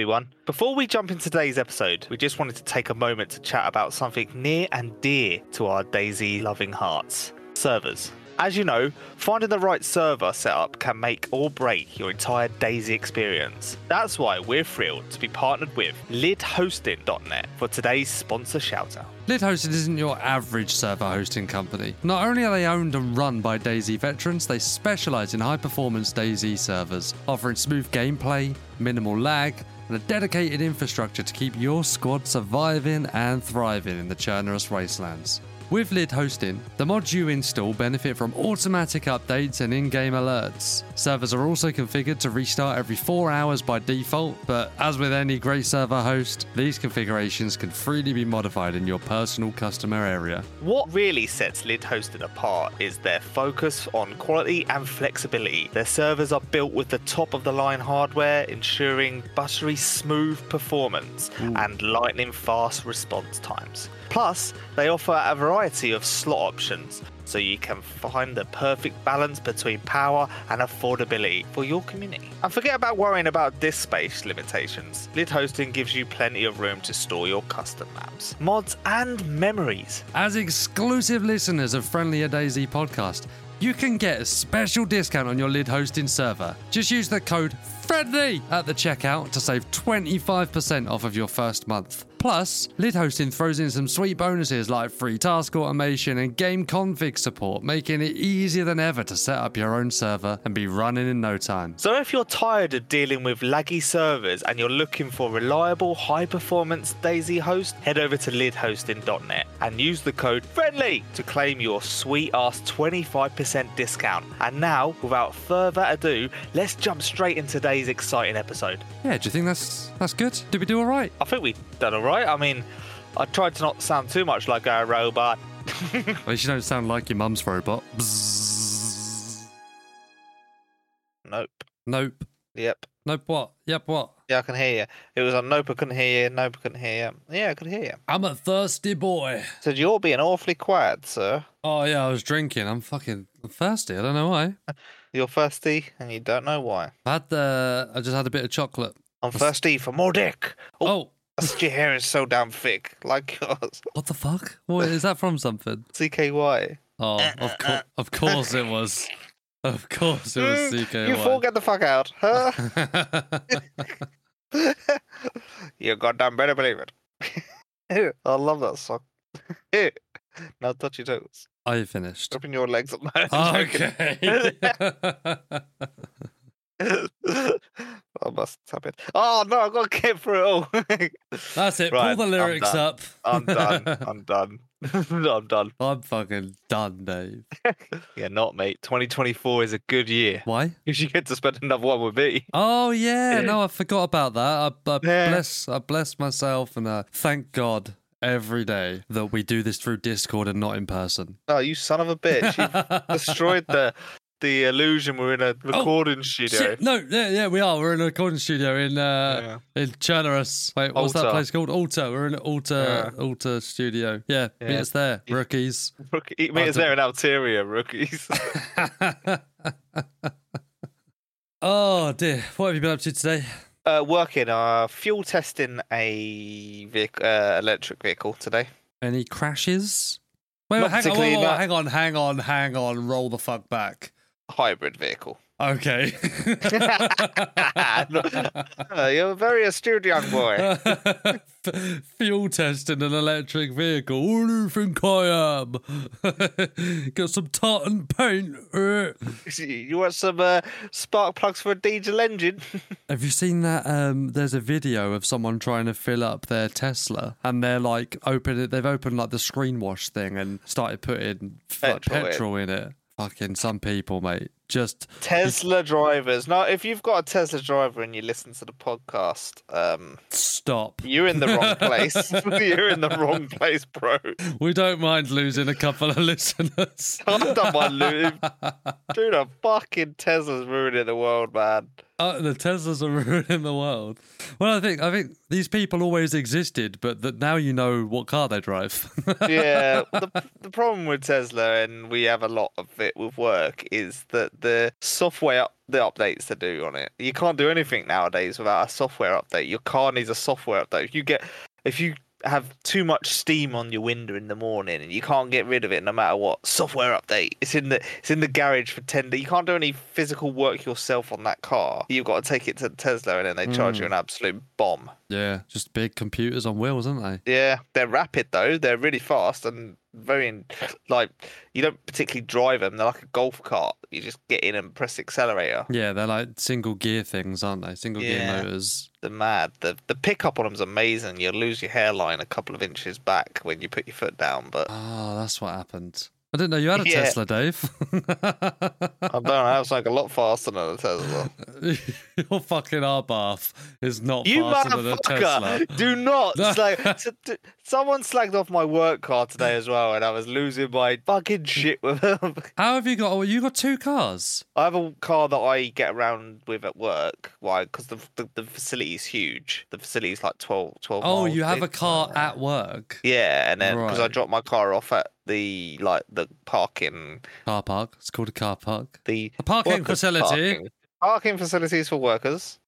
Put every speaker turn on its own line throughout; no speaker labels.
everyone. Before we jump into today's episode, we just wanted to take a moment to chat about something near and dear to our daisy loving hearts servers. As you know, finding the right server setup can make or break your entire Daisy experience. That's why we're thrilled to be partnered with lidhosting.net for today's sponsor shout out.
Lid Hosting isn't your average server hosting company. Not only are they owned and run by Daisy veterans, they specialize in high performance Daisy servers, offering smooth gameplay, minimal lag, and a dedicated infrastructure to keep your squad surviving and thriving in the Churnerous wastelands. With Lid Hosting, the mods you install benefit from automatic updates and in game alerts. Servers are also configured to restart every four hours by default, but as with any great server host, these configurations can freely be modified in your personal customer area.
What really sets Lid Hosted apart is their focus on quality and flexibility. Their servers are built with the top of the line hardware, ensuring buttery smooth performance and lightning fast response times. Plus, they offer a variety of slot options so you can find the perfect balance between power and affordability for your community. And forget about worrying about disk space limitations. Lid Hosting gives you plenty of room to store your custom maps, mods, and memories.
As exclusive listeners of Friendlier Daisy podcast, you can get a special discount on your lid hosting server. Just use the code FRIENDLY at the checkout to save 25% off of your first month. Plus, lid hosting throws in some sweet bonuses like free task automation and game config support, making it easier than ever to set up your own server and be running in no time.
So if you're tired of dealing with laggy servers and you're looking for reliable, high-performance Daisy host, head over to lidhosting.net and use the code FRIENDLY to claim your sweet ass 25% discount. And now, without further ado, let's jump straight into today's exciting episode.
Yeah, do you think that's that's good? Did we do all right?
I think we done all right. I mean, I tried to not sound too much like a robot.
At least you don't sound like your mum's robot.
Nope.
Nope.
Yep.
Nope. What? Yep. What?
Yeah, I can hear you. It was on nope, I couldn't hear you. Nope, I couldn't hear you. Yeah, I could hear you.
I'm a thirsty boy.
Said you're being awfully quiet, sir.
Oh yeah, I was drinking. I'm fucking thirsty. I don't know why.
You're thirsty and you don't know why.
I had the. I just had a bit of chocolate.
I'm thirsty for more dick. Oh,
Oh,
that's- your hair is so damn thick, like yours.
what the fuck? What is that from? Something?
CKY.
Oh, of course. Of course it was. Of course it was
Mm,
CKY.
You fool, get the fuck out. Huh? you goddamn better believe it. I love that song. now touch your toes.
I finished.
Open your legs up. No,
Ah,
I'm joking.
Okay.
I must tap it. Oh no, I've got to get through it all.
That's it.
Right,
Pull the
I'm
lyrics
done.
up.
I'm done. I'm done. I'm done.
I'm fucking done, Dave.
Yeah, not mate. 2024 is a good year.
Why?
Because you get to spend another one with me.
Oh yeah, no, I forgot about that. I, I
Yeah.
bless, I bless myself, and I thank God every day that we do this through Discord and not in person.
Oh, you son of a bitch. You destroyed the the illusion we're in a recording studio.
Shit, no, yeah, yeah, we are. We're in a recording studio in uh, in Chernarus. Wait, what's that
Alta.
place called? Alta. We're in Alta, Alta Studio. Yeah, meet
Yeah.
us there, rookies.
Rookie, I mean, is there an Alteria rookies?
oh dear, what have you been up to today?
uh, working, uh, fuel testing a vehicle, uh, electric vehicle today.
Any crashes? Wait,
Not
wait, hang, on,
particularly,
whoa, whoa, whoa,
no.
hang on, hang on, hang on. Roll the fuck back.
Hybrid vehicle.
Okay.
Ah, you're a very astute young boy.
F- Fuel test in an electric vehicle. What do you think I am? Got some tartan paint. Uh,
you want some uh, spark plugs for a diesel engine?
Have you seen that? Um, there's a video of someone trying to fill up their Tesla, and they're like, open it. They've opened like the screen wash thing and started putting like,
Petrol in.
petrol in it. Fucking some people, mate. Just
Tesla drivers. Now, if you've got a Tesla driver and you listen to the podcast, um,
stop.
you're in the wrong place. you're in the wrong place, bro.
We don't mind losing a couple of listeners.
I'm done my loot. Dude, a fucking Tesla's ruining the world, man.
Uh, the Teslas are ruining the world. Well, I think I think these people always existed, but that now you know what car they drive.
Yeah. the, the problem with Tesla, and we have a lot of it with work, is that the software the updates to do on it. You can't do anything nowadays without a software update. Your car needs a software update. If you get if you have too much steam on your window in the morning and you can't get rid of it no matter what, software update. It's in the it's in the garage for ten days. You can't do any physical work yourself on that car. You've got to take it to Tesla and then they charge you an absolute bomb.
Yeah, just big computers on wheels, aren't they?
Yeah, they're rapid though. They're really fast and very in, like you don't particularly drive them. They're like a golf cart. You just get in and press accelerator.
Yeah, they're like single gear things, aren't they? Single
Yeah.
gear motors.
They're mad. The the pickup on them's amazing. You'll lose your hairline a couple of inches back when you put your foot down, but
Ah, that's what happened. I didn't know you had a
Yeah.
Tesla, Dave.
I don't know. That's like a lot faster than a Tesla.
Your fucking Arbath is not
You
faster than a Tesla.
motherfucker! Do not slag. s- d- Someone slagged off my work car today as well, and I was losing my fucking shit with them.
How have you got? Oh, you got two cars.
I have a car that I get around with at work. Why? Because the, the the facility is huge. The facility is like 12, 12
Oh,
miles
you have a
big.
car at work.
Yeah, and then because I
Right.
dropped my car off at the like the parking
Car park. It's called a car park.
the
A parking
workers'
facility.
parking. Parking facilities for workers.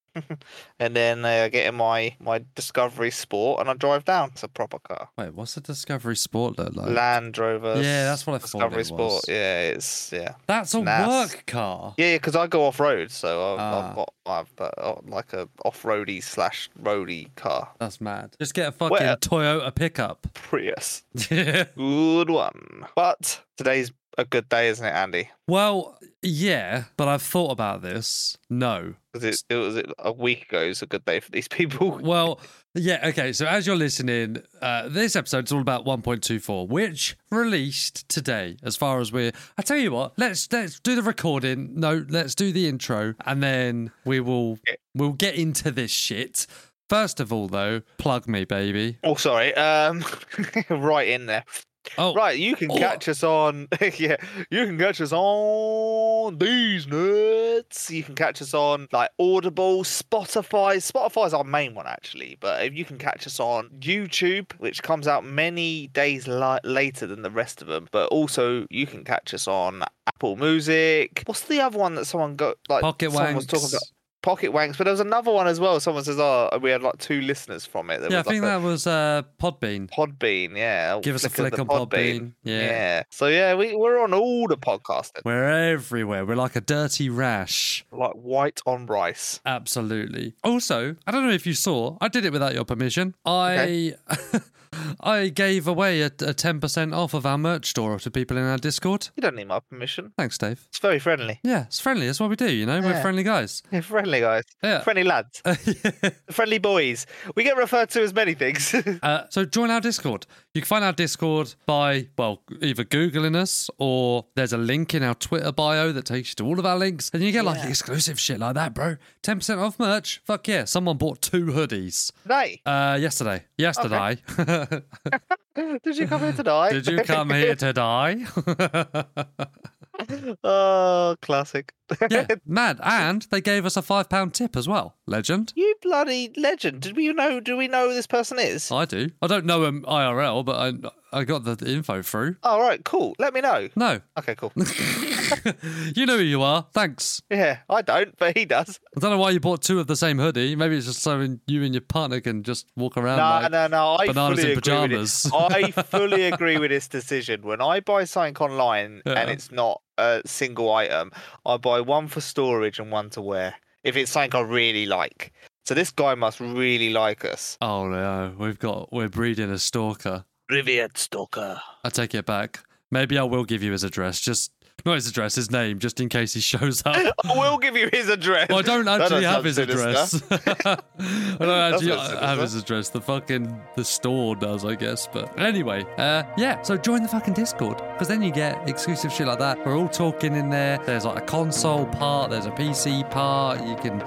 and then uh, I get in my my Discovery Sport and I drive down. It's a proper car.
Wait, what's the Discovery Sport look like?
Land Rover.
Yeah, that's what I thought
Discovery
it
Sport.
was.
Yeah, it's yeah,
That's a
Nas.
work car.
yeah, because I go off road, so I've,
Ah.
I've got I've got, uh, like a off roady slash roady car.
That's mad. Just get a fucking
Well- uh,
Toyota pickup.
Prius,
Yeah.
good one. But today's a good day, isn't it, Andy?
Well, yeah, but I've thought about this. No.
Because it, it was a week ago. It's a good day for these people.
Well, yeah, okay. So as you're listening, uh, this episode's all about 1.24, which released today. As far as we're, I tell you what, let's let's do the recording. No, let's do the intro, and then we will we'll get into this shit. First of all, though, plug me, baby.
Oh, sorry. Um, right in there.
Oh,
Right, you can
Oh.
catch us on yeah, you can catch us on these nuts. You can catch us on like Audible, Spotify. Spotify's our main one actually, but if you can catch us on YouTube, which comes out many days li- later than the rest of them, but also you can catch us on Apple Music. What's the other one that someone got like
pocket
someone was talking
wanks.
about? Pocket Wanks, but there was another one as well. Someone says, "Oh, we had like two listeners from it." There
Yeah, I
was, like,
think
a-
that was uh, Podbean.
Podbean, yeah.
Give us a flick
the
on Podbean. Yeah.
So yeah, we we're on all the podcasting,
We're everywhere. We're like a dirty rash.
like white on rice.
Absolutely. Also, I don't know if you saw, I did it without your permission. I I gave away a, a 10% off of our merch store to people in our Discord.
You don't need my permission.
Thanks, Dave.
It's very friendly.
Yeah, it's friendly. That's what we do, you know? We're
Yeah.
friendly guys.
Yeah, friendly guys.
Yeah.
Friendly lads. friendly boys. We get referred to as many things.
Uh, so join our Discord. You can find our Discord by, well, either Googling us or there's a link in our Twitter bio that takes you to all of our links. And you get like exclusive shit like that, bro. 10% off merch. Fuck yeah. Someone bought two hoodies
Today.
uh, yesterday. Yesterday.
Did you come here tonight?
Did you come here to die?
oh, classic.
yeah, mad. And they gave us a £5 tip as well. Legend.
You bloody legend. Did we know do we know who this person is?
I do. I don't know him IRL, but I, I got the info through.
All right, cool. Let me know.
No.
Okay, cool.
you know who you are. Thanks.
yeah, I don't, but he does.
I don't know why you bought two of the same hoodie. Maybe it's just so you and your partner can just walk around.
No,
like,
no, no. I
bananas
fully
in
agree with it.
pajamas.
I fully agree with this decision. When I buy something online
Yeah.
and it's not a single item, I buy one for storage and one to wear. If it's something I really like. So this guy must really like us.
Oh no, we've got we're breeding a stalker.
Rivian Stalker.
I take it back. Maybe I will give you his address. Just not his address, his name, just in case he shows up.
I will give you his address.
Well, I don't
That
actually
does
have
sound
his
sinister.
address. I don't actually
not
have his
sinister.
address. The fucking the store does, I guess. But anyway, uh, yeah. So join the fucking Discord because then you get exclusive shit like that. We're all talking in there. There's like a console part. There's a PC part. You can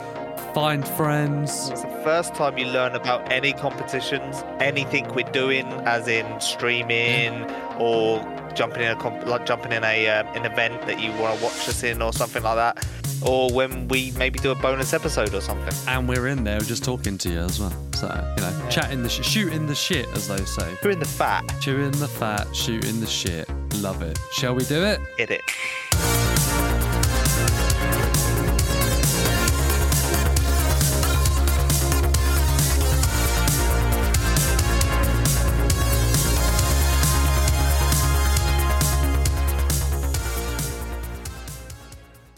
find friends.
It's the first time you learn about any competitions, anything we're doing, as in streaming or jumping in a comp- like jumping in a um, an event that you want to watch us in or something like that, or when we maybe do a bonus episode or something.
And we're in there just talking to you as well. So, you know, chatting the sh- shooting the shit, as they say.
We're in the fat.
Chewing the fat, shooting the shit. Love it. Shall we do it?
Get it?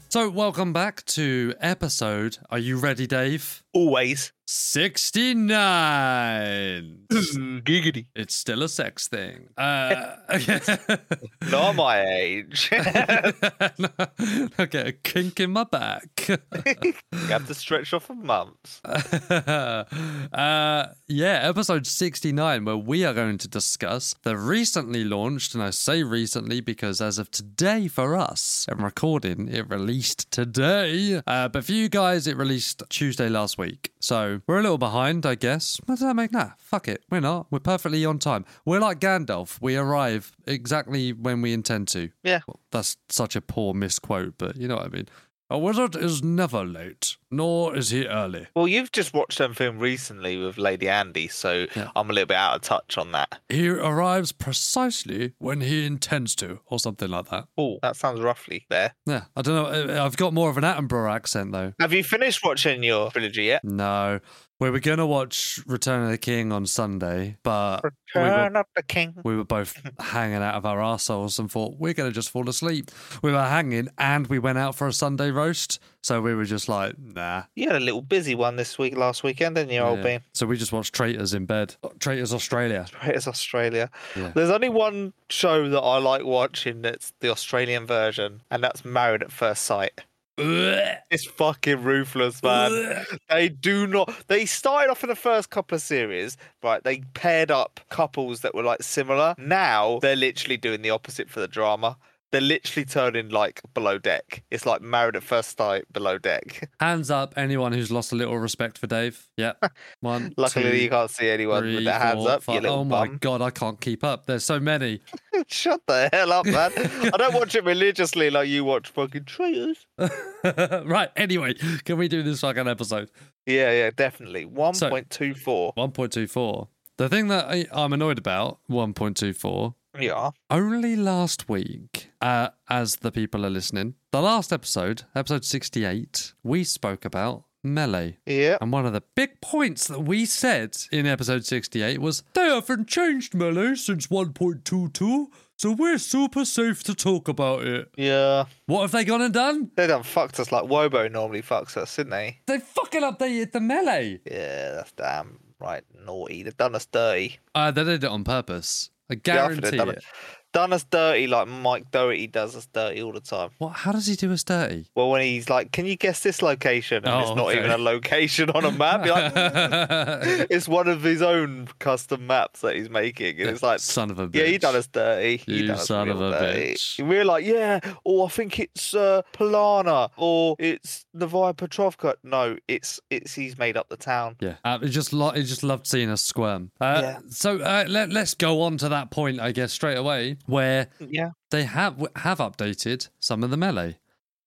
So, welcome back to episode. Are you ready, Dave?
Always.
69.
Giggity.
It's still a sex thing. Uh,
Not my age. you
I get a kink in my back.
have to stretch off for months.
uh, yeah, episode 69, where we are going to discuss the recently launched, and I say recently because as of today for us, I'm recording, it released today. Uh, but for you guys, it released Tuesday last week. So we're a little behind, I guess. What does that make? Nah, fuck it. We're not. We're perfectly on time. We're like Gandalf. We arrive exactly when we intend to.
Yeah.
Well, that's such a poor misquote, but you know what I mean. A wizard is never late, nor is he early.
Well, you've just watched some film recently with Lady Andy, so
Yeah.
I'm a little bit out of touch on that.
He arrives precisely when he intends to, or something like that.
Oh, that sounds roughly there.
Yeah, I don't know. I- I've got more of an Attenborough accent though.
Have you finished watching your trilogy yet?
No, we were gonna watch Return of the King on Sunday, but we were,
Return of the King.
we were both hanging out of our arseholes and thought we're gonna just fall asleep. We were hanging, and we went out for a Sunday roast, so we were just like, nah.
You had a little busy one this week, last weekend, didn't you, old
Yeah.
bean?
So we just watched Traitors in bed. Traitors Australia.
Right, it's Australia.
Yeah.
There's only one show that I like watching that's the Australian version, and that's Married at First Sight. It's fucking ruthless, man. they do not. They started off in the first couple of series, right? They paired up couples that were like similar. Now they're literally doing the opposite for the drama. They're literally turning like below deck. It's like Married at First Sight below deck.
Hands up, anyone who's lost a little respect for Dave. Yep. One.
Luckily,
two,
you can't see anyone
three,
with their hands
four,
up. You
five.
little
oh my
bum.
god, I can't keep up. There's so many.
Shut the hell up, man. I don't watch it religiously like you watch fucking traitors.
right, anyway, can we do this fucking episode?
Yeah, yeah, definitely. 1.24.
1.24. The thing that I, I'm annoyed about, 1.24,
yeah.
only last week, uh, as the people are listening, the last episode, episode 68, we spoke about melee.
Yeah.
And one of the big points that we said in episode 68 was they haven't changed melee since 1.22, so we're super safe to talk about it.
Yeah.
What have they gone and done?
They done fucked us like Wobo normally fucks us, didn't they?
They fucking updated the melee.
Yeah, that's damn right naughty. They've done us dirty.
Uh, they did it on purpose.
Yeah,
I
I think
guarantee
they've done,
it.
us- done us dirty like Mike Doherty does us dirty all the time.
What? How does he do us dirty?
Well, when he's like, can you guess this location? And
Oh,
it's not
okay.
even a location on a map. You're like, it's one of his own custom maps that he's making. And it's like,
son of a bitch.
Yeah, you done us dirty. You,
You
done us
son of
real
a
dirty.
bitch.
We We're like, yeah, or I think it's uh, Polana, or it's Novaya Petrovka. No, it's it's he's made up the town.
Yeah, uh, it just lo- it just loved seeing us squirm. Uh,
Yeah.
So uh, let let's go on to that point, I guess, straight away, where
Yeah,
they have have updated some of the melee.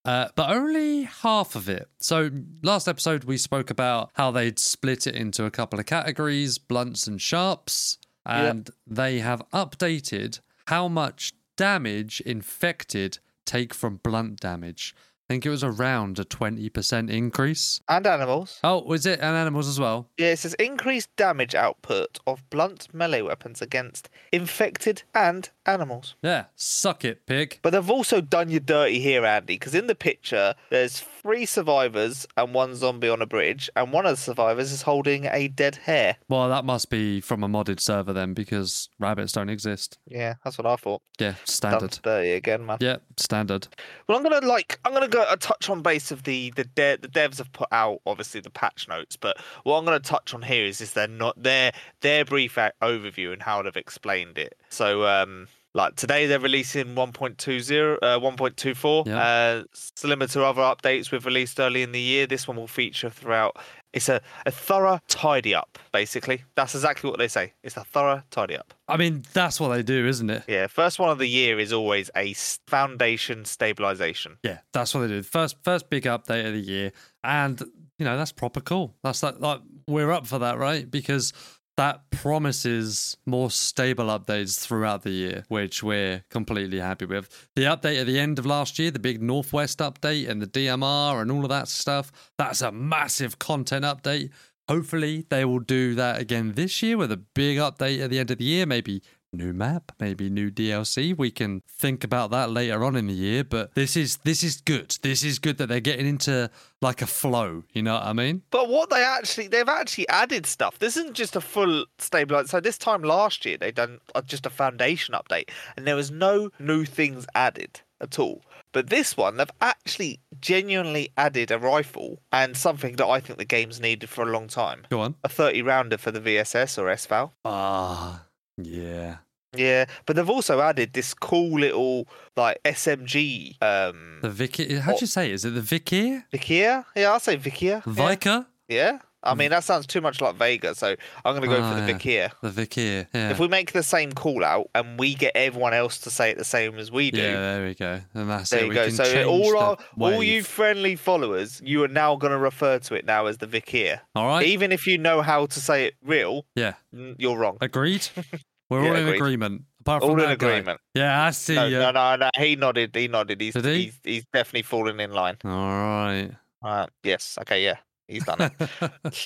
Uh, but only half of it. So last episode we spoke about how they'd split it into a couple of categories, blunts and sharps, and they have updated how much damage infected take from blunt damage. I think it was around a twenty percent increase.
and animals.
Oh, was it and animals as well?
Yeah, it says increased damage output of blunt melee weapons against infected and animals.
Yeah, suck it, pig.
But they've also done you dirty here, Andy, because in the picture there's three survivors and one zombie on a bridge, and one of the survivors is holding a dead hare.
Well, that must be from a modded server then, because rabbits don't exist.
Yeah, that's what I thought.
Yeah,
Done
standard.
dirty again, man.
Yeah, standard.
Well, I'm gonna like I'm gonna go a touch on base of the the de- the devs have put out obviously the patch notes, but what I'm gonna touch on here is is they're not their their brief o- overview and how they've explained it. So um like today they're releasing 1.20 uh, 1.24
Yeah.
uh similar to other updates we've released early in the year this one will feature throughout it's a, a thorough tidy up basically that's exactly what they say it's a thorough tidy up
I mean, that's what they do, isn't it?
yeah first one of the year is always a s- foundation stabilization
Yeah, that's what they do. First, first big update of the year, and you know that's proper cool. That's that. Like we're up for that, right? Because that promises more stable updates throughout the year, which we're completely happy with. The update at the end of last year, the big Northwest update and the DMR and all of that stuff. That's a massive content update. Hopefully, they will do that again this year with a big update at the end of the year, maybe new map, maybe new DLC. We can think about that later on in the year, but this is this is good. This is good that they're getting into like a flow, you know what I mean?
But what they actually they've actually added stuff. This isn't just a full stabilizer. So this time last year they done uh, just a foundation update, and there was no new things added at all. But this one they've actually genuinely added a rifle and something that I think the game's needed for a long time.
Go on.
A 30 rounder for the VSS or SVAL.
Ah, yeah.
Yeah, but they've also added this cool little like SMG um
The Vicky, how do you say? it? Is it the Vicky?
Vikia? Yeah, I'll say Vikia. Yeah.
Vika?
yeah. I mean that sounds too much like Vega, so I'm gonna go
Ah,
for the
yeah.
Vikia.
The Vicky. Yeah.
If we make the same call out and we get everyone else to say it the same as we do,
yeah, there we go. And that's
there
it.
you
we
go.
Can
So
change
all
the
our, all
wave.
you friendly followers, you are now going to refer to it now as the Vikir.
All right.
Even if you know how to say it real,
yeah.
n- you're wrong.
Agreed. We're
Yeah,
all in
agreed.
agreement. Apart from
All in
that guy.
agreement.
Yeah, I see
No,
you.
no, no, no. He nodded. He nodded. He's
Did he?
he's, he's definitely fallen in line.
All right.
Uh, yes. Okay. Yeah. He's done it.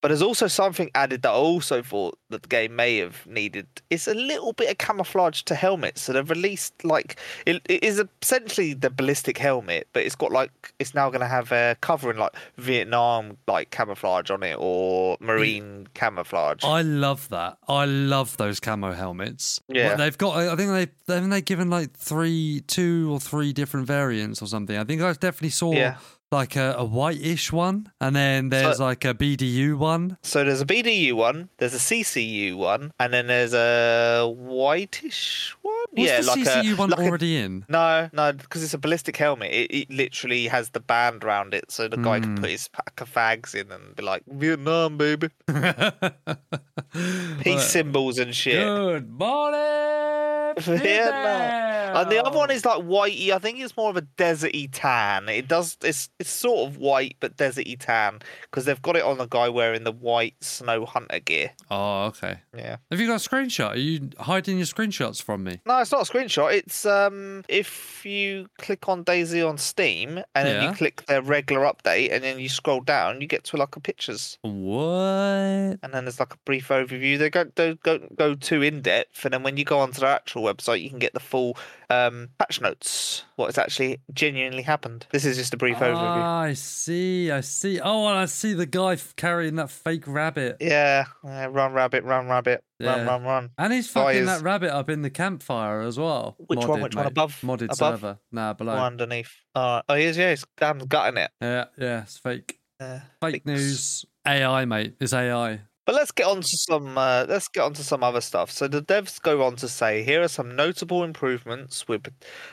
But there's also something added that I also thought that the game may have needed. It's a little bit of camouflage to helmets. So they've released like it, it is essentially the ballistic helmet, but it's got like it's now going to have a covering like Vietnam like camouflage on it or marine camouflage.
Mm. I love that. I love those camo helmets. What
Yeah.
they've got. I I think they haven't they given like three, two or three different variants or something. I think I definitely saw
Yeah.
like a, a whitish one, and then there's like a BDU one.
So there's a BDU one, there's a CCU one, and then there's a whitish one.
Was
yeah,
the
like
CCU
a
one
like a
already in?
No, no, because it's a ballistic helmet. It, it literally has the band round it, so the guy can put his pack of fags in and be like, Vietnam, baby. Peace symbols and shit.
Good morning,
Vietnam. And the other one is like whitey. I think it's more of a deserty tan. It does. It's it's sort of white, but deserty tan because they've got it on the guy wearing the white snow hunter gear.
Oh, okay.
Yeah.
Have you got a screenshot? Are you hiding your screenshots from me?
No, it's not a screenshot. It's um, if you click on Daisy on Steam and then
Yeah.
you click their regular update and then you scroll down, you get to like a pictures.
What?
and then there's like a brief overview. They don't go, go go too in depth, and then when you go onto their actual website, you can get the full um, patch notes, what has actually genuinely happened. This is just a brief overview.
Ah, I see, I see. Oh, and I see the guy f- carrying that fake rabbit.
Yeah, yeah, run rabbit, run rabbit,
Yeah.
run run run.
And he's fucking
is-
that rabbit up in the campfire as well.
Which one, which one, above?
Modded
Above?
server. Nah, below.
Or underneath. All right. Oh, here's yeah, he's damn gutting it.
Yeah, yeah, it's fake.
Yeah.
Fake
Fakes.
news. AI, mate. It's AI.
But let's get on to some uh, let's get on to some other stuff. So the devs go on to say here are some notable improvements we're pa-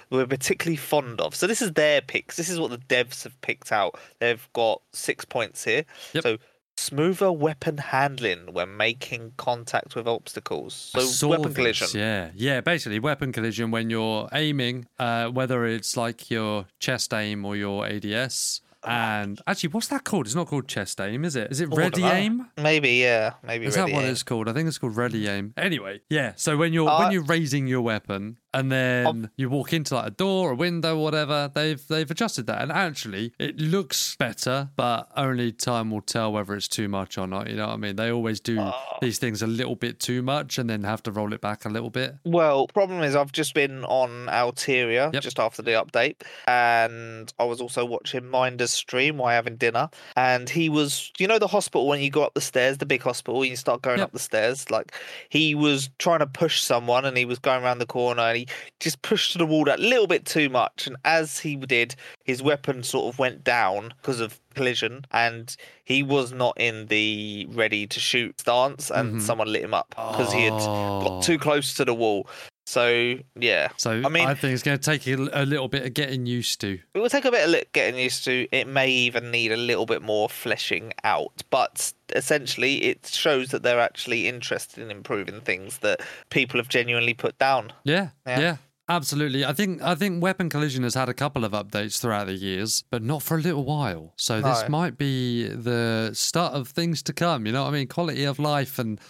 we're particularly fond of. So this is their picks. This is what the devs have picked out. They've got six points here.
Yep.
So smoother weapon handling when making contact with obstacles.
I
So
saw
weapon
this,
collision.
Yeah, yeah. Basically, weapon collision when you're aiming, uh, whether it's like your chest aim or your ADS. And actually, what's that called? It's not called chest aim, is it? Is it
Oh, I don't
ready
know.
aim?
Maybe yeah. Maybe
Is
ready
that what
aim.
it's called? I think it's called ready aim. Anyway, yeah. So when you're
Uh,
when you're raising your weapon and then you walk into like a door, a window, whatever, they've they've adjusted that, and actually it looks better, but only time will tell whether it's too much or not. You know what I mean? They always do
Uh.
these things a little bit too much and then have to roll it back a little bit.
Well, problem is I've just been on Alteria
Yep.
just after the update, and I was also watching Minder's stream while having dinner, and he was, you know, the hospital when you go up the stairs, the big hospital, you start going
Yep.
up the stairs, like he was trying to push someone, and he was going around the corner, and he just pushed to the wall that little bit too much, and as he did, his weapon sort of went down because of collision, and he was not in the ready to shoot stance, and
Mhm.
someone lit him up because Uh, he had
Oh.
got too close to the wall. So yeah,
So
I mean-
I think it's going to take you a little bit of getting used to.
it will take a bit of li- getting used to. It may even need a little bit more fleshing out, but essentially, it shows that they're actually interested in improving things that people have genuinely put down.
Yeah, yeah.
Yeah.
Absolutely. I think I think Weapon Collision has had a couple of updates throughout the years, but not for a little while. So this
No.
might be the start of things to come, you know what I mean? Quality of life and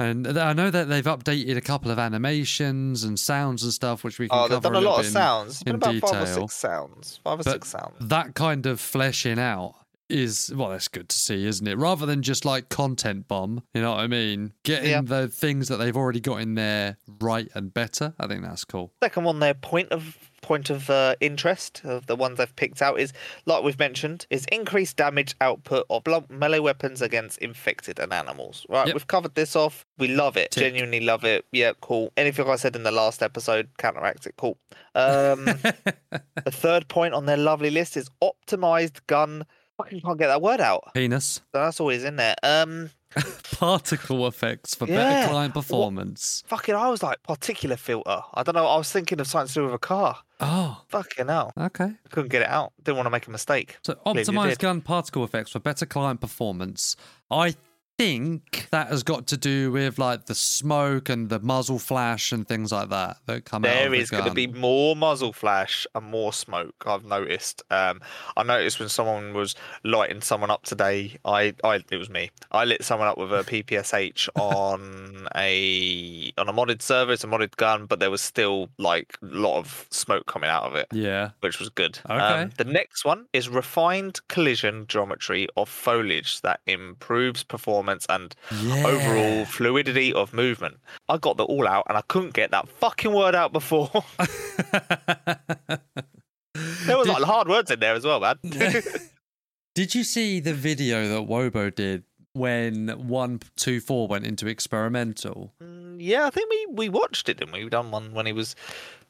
and th- I know that they've updated a couple of animations and sounds and stuff which we can
Oh,
cover
they've done a
a little
lot of
bit in-
sounds. It's been
in
about five or
detail.
six sounds. Five or
But
six sounds.
that kind of fleshing out is well that's good to see isn't it rather than just like content bomb you know what i mean getting
Yeah.
the things that they've already got in there right and better i think that's cool
Second one, their point of point of uh, interest of the ones I've picked out is, like we've mentioned, is increased damage output of blunt melee weapons against infected and animals. Right,
Yep.
we've covered this off. We love it.
Tick.
Genuinely love it. Yeah, cool. Anything I said in the last episode counteracts it. Cool. Um, the third point on their lovely list is optimized gun. Fucking can't get that word out.
penis
That's always in there. Um,
particle effects for
Yeah.
better client
Wha-
performance
fucking, I was like particular filter. I don't know. I was thinking of something to do with a car.
oh
Fucking hell.
okay
Couldn't get it out. Didn't want to make a mistake.
So
Believe you
optimized
did.
gun particle effects for better client performance. I think that has got to do with like the smoke and the muzzle flash and things like that that come out.
There
of the
is going to
gun.
be more muzzle flash and more smoke. I've noticed. Um, I noticed when someone was lighting someone up today. I, I, it was me. I lit someone up with a PPSH on a on a modded server. It's a modded gun, but there was still like a lot of smoke coming out of it,
yeah.
which was good. Um,
Okay.
the next one is refined collision geometry of foliage that improves performance and
yeah.
overall fluidity of movement. I got that all out and I couldn't get that fucking word out before. there was
Did-
like hard words in there as well, man.
Did you see the video that Wobo did when one two four went into experimental?
Mm, yeah, I think we, we watched it, didn't we? We done one when he was.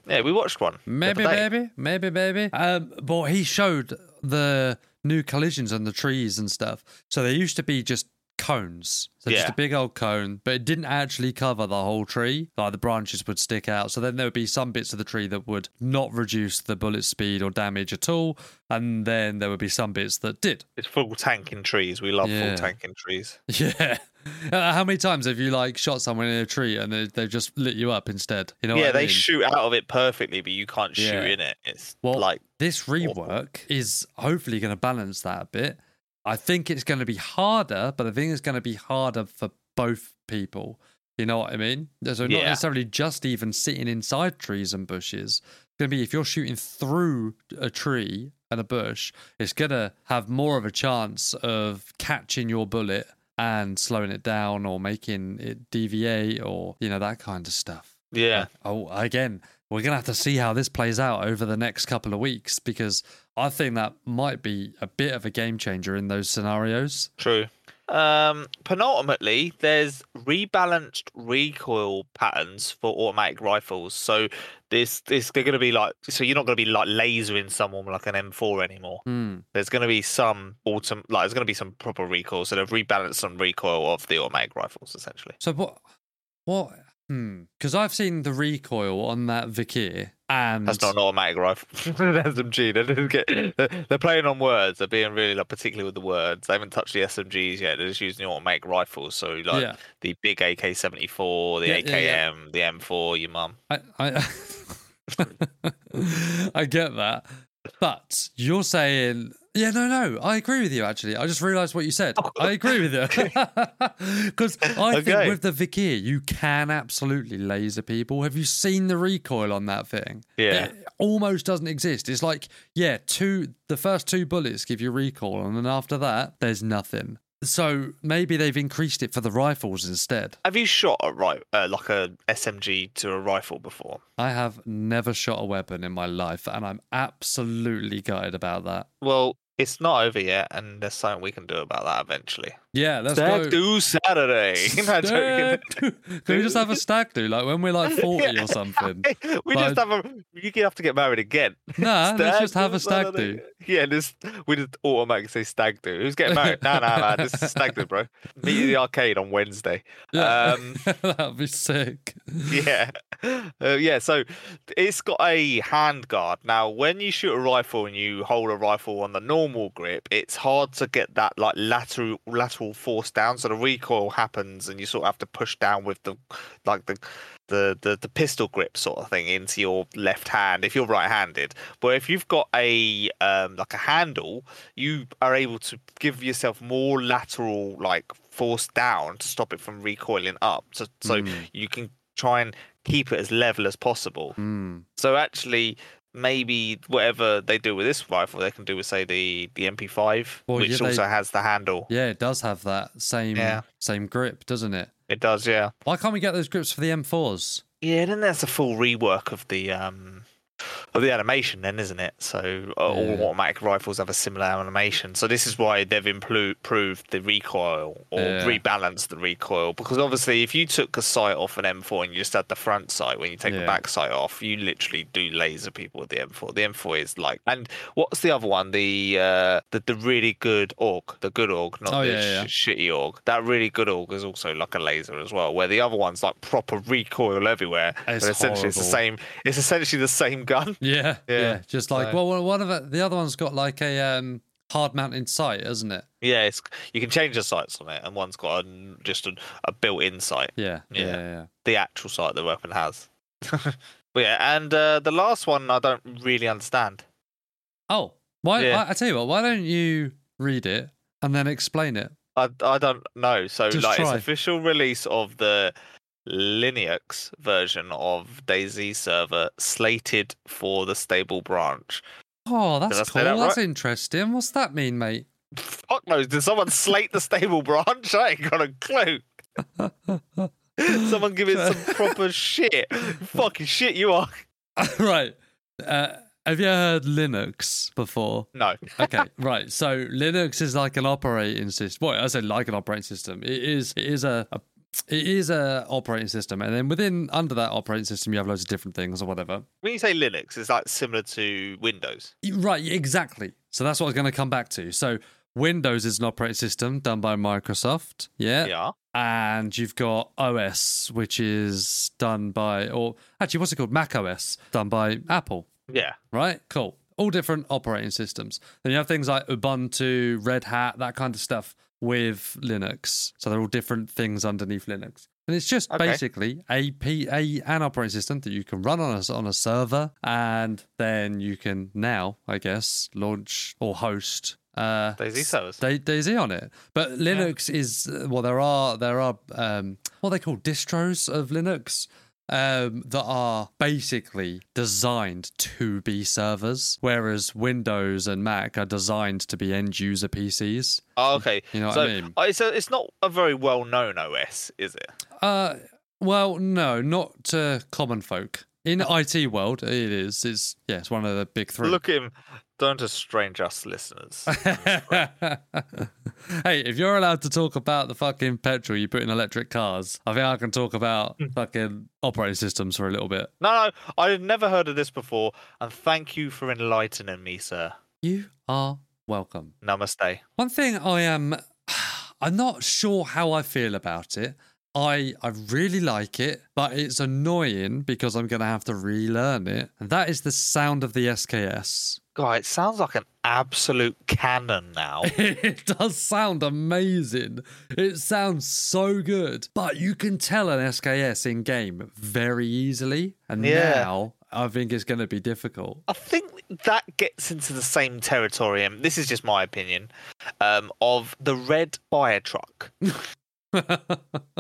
Yeah, we watched one. the other
Maybe,
day.
maybe, maybe, maybe. Um, but he showed the new collisions and the trees and stuff. So they used to be just cones, so just
Yeah.
a big old cone, but it didn't actually cover the whole tree. Like the branches would stick out. So then there would be some bits of the tree that would not reduce the bullet speed or damage at all, and then there would be some bits that did.
It's full tanking trees. We love
Yeah.
full tanking trees.
Yeah. Uh, How many times have you like shot someone in a tree and they they just lit you up instead? You know? what
yeah,
I
they
mean?
shoot out of it perfectly, but you can't shoot
Yeah.
in it. It's
Well,
like
this rework is hopefully going to balance that a bit. I think it's going to be harder, but I think it's going to be harder for both people. You know what I mean? So not
Yeah.
necessarily just even sitting inside trees and bushes. It's going to be if you're shooting through a tree and a bush, it's going to have more of a chance of catching your bullet and slowing it down or making it deviate or you know that kind of stuff.
yeah.
Oh, again, we're going to have to see how this plays out over the next couple of weeks because I think that might be a bit of a game changer in those scenarios.
True. Um, penultimately, there's rebalanced recoil patterns for automatic rifles. So this, this they're going to be like, so you're not going to be like lasering someone like an M4 anymore.
Hmm.
There's going to be some autumn, like there's going to be some proper recoil. So they've rebalanced some recoil of the automatic rifles essentially.
So what? What? Hmm. Because I've seen the recoil on that Vikir, and
That's not an automatic rifle. That's SMG. They didn't get- They're, they're playing on words. They're being really like particular with the words. They haven't touched the SMGs yet. They're just using the automatic rifles. So like
yeah.
the big AK seventy four, the
Yeah,
AKM,
yeah, yeah.
the M4, your mum.
I, I, I get that, but you're saying, yeah, no, no, I agree with you. Actually, I just realised what you said. I agree with you because I
Okay.
think with the Vikir, you can absolutely laser people. Have you seen the recoil on that thing?
Yeah.
It almost doesn't exist. It's like, yeah, two the first two bullets give you recoil, and then after that, there's nothing. So maybe they've increased it for the rifles instead.
Have you shot a right uh, like a SMG to a rifle before?
I have never shot a weapon in my life, and I'm absolutely gutted about that.
Well, it's not over yet, and there's something we can do about that eventually.
Yeah, let's
Stag
go.
do Saturday. No, joking.
Stag do. Can we just have a stag do? Like when we're like 40 or something.
we
But-
just have a. You have to get married again.
Nah, let's
Stag
just have
do
a stag
Saturday.
do.
Yeah, this we just automatically say stag do. Who's getting married? nah, nah, nah. This is stag do, bro. Meet at the arcade on Wednesday.
Yeah.
Um,
That'd be sick.
yeah uh, yeah so it's got a handguard now when you shoot a rifle and you hold a rifle on the normal grip it's hard to get that like lateral lateral force down so the recoil happens and you sort of have to push down with the like the the, the, the pistol grip sort of thing into your left hand if you're right-handed but if you've got a um, like a handle you are able to give yourself more lateral like force down to stop it from recoiling up so, so
Mm.
you can try and keep it as level as possible
Mm.
so actually maybe whatever they do with this rifle, they can do with say the the MP5,
Well,
which
yeah, they-
also has the handle.
Yeah, it does have that same
Yeah.
same grip, doesn't it?
It does, yeah.
Why can't we get those grips for the M4s?
Yeah, then that's a full rework of the um of the animation, then isn't it? So uh, all
Yeah.
automatic rifles have a similar animation. So this is why they've implu- improved the recoil or
Yeah.
rebalanced the recoil because obviously if you took a sight off an M4 and you just had the front sight when you take
Yeah.
the back sight off, you literally do laser people with the M4. The M4 is like and what's the other one? The uh the, the really good org, the good org, not
Oh,
the
yeah, yeah.
sh- shitty org. That really good org is also like a laser as well, where the other one's like proper recoil everywhere.
It's
but essentially it's the
horrible.
same it's essentially the same gun.
Yeah, yeah.
Yeah,
Just like
so-
well, one- one of it, the other one's got like a um, hard mounted sight, isn't it?
Yeah, it's you can change the sights on it and one's got a, just a, a built in sight,
Yeah, yeah,
Yeah.
yeah.
the actual sight the weapon has. but yeah, and uh, the last one I don't really understand.
Oh, why?
Yeah.
I, I tell you what, why don't you read it and then explain it?
I, I don't know. So
Just
like
try.
it's official release of the Linux version of DayZ server slated for the stable branch.
Oh,
I
that's
say
cool.
that
That's interesting. What's that mean, mate?
Fuck knows. Did someone slate the stable branch? I ain't got a clue. Someone give it some proper shit. Fucking shit you are.
right. Uh, have you heard Linux before?
No.
okay, right. So Linux is like an operating system. Well, I say like an operating system. It is. It is a. a it is a operating system, and then within under that operating system, you have loads of different things or whatever.
When you say Linux, it's like similar to Windows.
You- Right, exactly. So that's what I was going to come back to. So Windows is an operating system done by Microsoft. Yeah.
Yeah.
And you've got OS, which is done by, or actually, what's it called? Mac OS, done by Apple.
Yeah.
right? Cool. All different operating systems. Then you have things like Ubuntu, Red Hat, that kind of stuff with Linux. So they're all different things underneath Linux. And it's just
Okay.
basically a P a an operating system that you can run on a, on a server, and then you can now, I guess, launch or host uh,
DayZ servers.
Da- Daisy on it. But Linux is uh, well, there are there are um, what are they call distros of Linux um, that are basically designed to be servers, whereas Windows and Mac are designed to be end user PCs.
Oh, okay.
You know what
so
I mean?
uh, it's, a, it's not a very well known OS, is it?
Uh, well, no, not to common folk. In IT world, it is. It's yeah, it's one of the big three.
Look at him. Don't estrange us listeners.
hey, if you're allowed to talk about the fucking petrol you put in electric cars, I think I can talk about fucking operating systems for a little bit.
no, no, I had never heard of this before, and thank you for enlightening me, sir.
You are welcome.
Namaste.
One thing I am I'm not sure how I feel about it. I I really like it, but it's annoying because I'm going to have to relearn it. And that is the sound of the SKS.
God, it sounds like an absolute cannon now.
It does sound amazing. It sounds so good. But you can tell an SKS in game very easily. And
Yeah.
now I think it's going to be difficult.
I think that gets into the same territory, and this is just my opinion, um, of the red fire truck.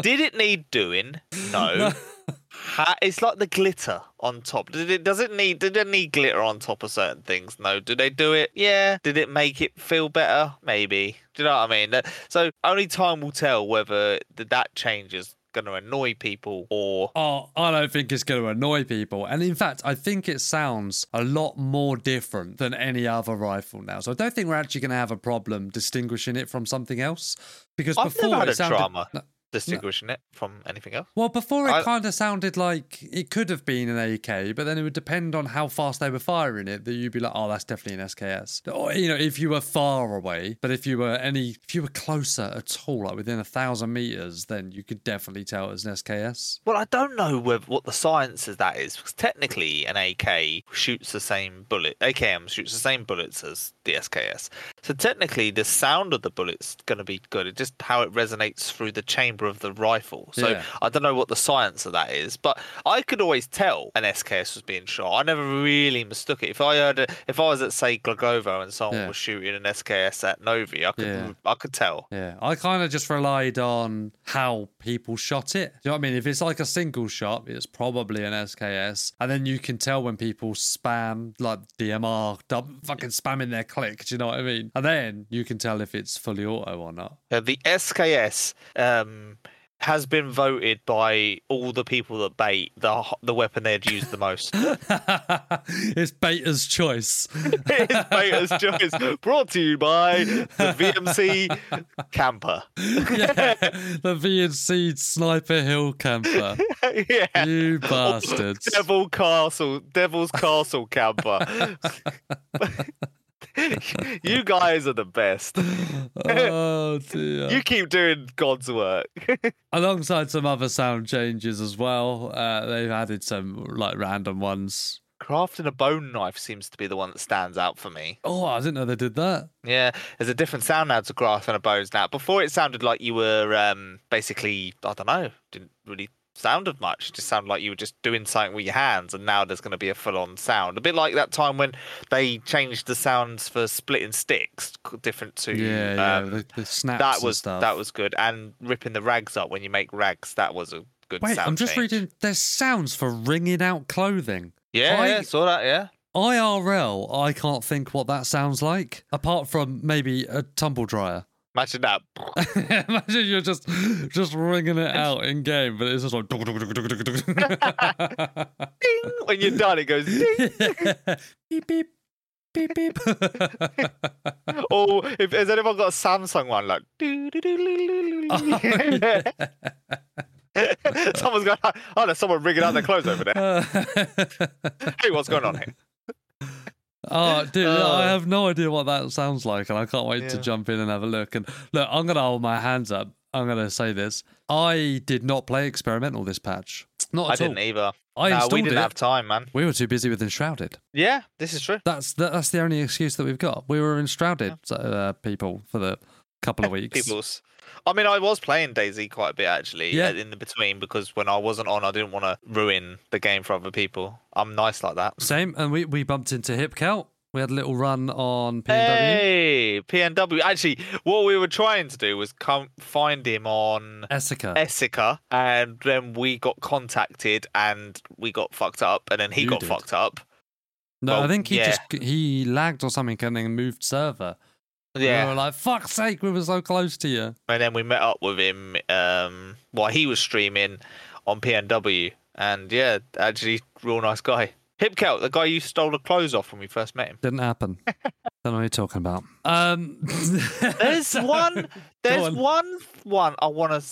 Did it need doing? No. Ha- it's like the glitter on top. Did it? Does it need? Did it need glitter on top of certain things? No. Did they do it? Yeah. Did it make it feel better? Maybe. Do you know what I mean? That- So only time will tell whether th- that change is going to annoy people or
Oh, I don't think it's going to annoy people. And in fact, I think it sounds a lot more different than any other rifle now. So I don't think we're actually going to have a problem distinguishing it from something else. Because
I've
before
never had
it
a
sounded-
drama.
No.
distinguishing it from anything else.
Well, before it
I-
kind of sounded like it could have been an AK, but then it would depend on how fast they were firing it. That you'd be like, "Oh, that's definitely an SKS." Or you know, if you were far away, but if you were any, if you were closer at all, like within a thousand meters, then you could definitely tell it was an SKS.
Well, I don't know whether, what the science of that is because technically an AK shoots the same bullet. AKM shoots the same bullets as the SKS. So technically, the sound of the bullet's going to be good. It's just how it resonates through the chamber caliber of the rifle. So
Yeah.
I don't know what the science of that is, but I could always tell an SKS was being shot. I never really mistook it. If I heard it, if I was at say Glogovo and someone
Yeah.
was shooting an SKS at Novi, I could
Yeah.
I could tell.
Yeah, I kind of just relied on how people shot it. Do you know what I mean? If it's like a single shot, it's probably an SKS, and then you can tell when people spam like DMR, dumb, fucking spamming their click. Do you know what I mean? And then you can tell if it's fully auto or not.
Uh, the SKS um, has been voted by all the people that bait the h- the weapon they'd used the most.
it's beta's choice.
it's Baita's choice, brought to you by the VMC Camper.
yeah, the VNC Sniper Hill camper.
yeah.
You
Or
bastards.
Oh, Devil Castle, Devil's Castle Camper. you guys are the best.
Oh dear.
You keep doing God's work.
Alongside some other sound changes as well, uh, they've added some like random ones.
Crafting a bone knife seems to be the one that stands out for me.
Oh, I didn't know they did that.
Yeah, there's a different sound now to grass and a bones now. Before it sounded like you were um, basically, I don't know, didn't really sound of much. Just sounded like you were just doing something with your hands, and now there's going to be a full on sound. A bit like that time when they changed the sounds for splitting sticks, c- different to.
Yeah, yeah,
um,
the, the snaps
that
and
was
stuff.
that was good, and ripping the rags up when you make rags. That was a good.
Wait,
sound
I'm just
change.
reading. There's sounds for wringing out clothing.
Yeah,
I-
yeah, saw that. Yeah,
IRL, I can't think what that sounds like, apart from maybe a tumble dryer.
imagine that.
Imagine you're just just wringing it out in game, but it's just like.
Ding! When you're done, it goes ding.
beep beep beep beep.
or Oh, if has anyone got a Samsung one, like
Oh,
someone's got oh there's someone rigging out their clothes over there. Hey, what's going on here?
oh, dude,
Oh.
I have no idea what that sounds like, and I can't wait to
Yeah.
jump in and have a look. And look, I'm gonna hold my hands up. I'm gonna say this: I did not play experimental this patch. Not
I
at all.
didn't either.
I
Nah,
installed
we didn't
it.
have time, man.
we were too busy with Enshrouded.
Yeah, this is true.
That's that, that's the only excuse that we've got. We were Enshrouded so, uh, people for the couple of weeks.
People's. I mean, I was playing Daisy quite a bit actually
Yeah.
uh, in the between because when I wasn't on, I didn't want to ruin the game for other people. I'm nice like that.
Same, and we, we bumped into Hipcout. We had a little run on PNW.
Hey, PNW. Actually, what we were trying to do was come find him on
Essica.
Essica, and then we got contacted, and we got fucked up, and then he
You
got
did.
fucked up.
no, I
well,
think he
yeah.
just he lagged or something and then moved server. We were
Yeah,
like, fuck's sake, we were so close to you.
and then we met up with him um, while he was streaming on PNW, and yeah, actually, real nice guy. Hipkel, the guy you stole the clothes off when we first met him.
Didn't happen. Don't know what you're talking about. Um,
There's one. There's
on.
one one I want to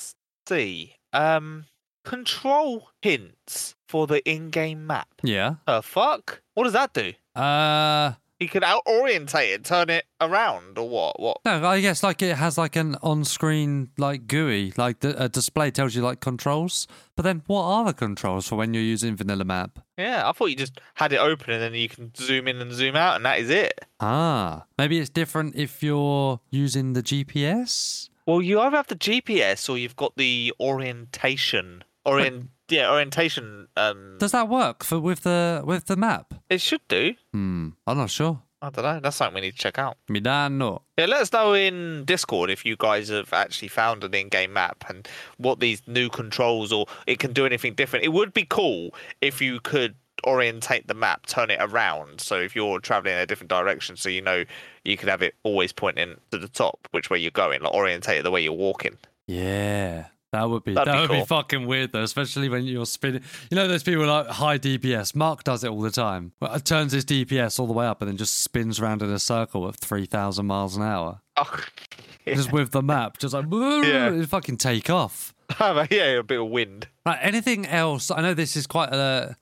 see. Um, control hints for the in-game map.
Yeah.
The fuck? What does that do?
Uh,
You can out orientate it, turn it around, or what? What?
no, I guess like it has like an on-screen like GUI, like the, a display tells you like controls. But then, what are the controls for when you're using vanilla map?
Yeah, I thought you just had it open and then you can zoom in and zoom out, and that is it.
Ah, maybe it's different if you're using the GPS.
Well, you either have the GPS or you've got the orientation. Orient, yeah, orientation. Um,
Does that work for with the with the map?
it should do.
Hmm, I'm not sure.
I don't know. That's something we need to check out.
Me don't know.
Yeah, let us know in Discord if you guys have actually found an in-game map and what these new controls or it can do anything different. It would be cool if you could orientate the map, turn it around, so if you're traveling in a different direction, so you know you could have it always pointing to the top, which way you're going, like orientated the way you're walking.
Yeah. That would be
That'd
that
be
would be
cool.
fucking weird though, especially when you're spinning. You know those people like high DPS. Mark does it all the time. Well, it turns his DPS all the way up and then just spins around in a circle at three thousand miles an hour,
Oh,
just with the map, just like
Yeah.
it'd fucking take off.
yeah, a bit of wind.
Right, anything else? I know this is quite a.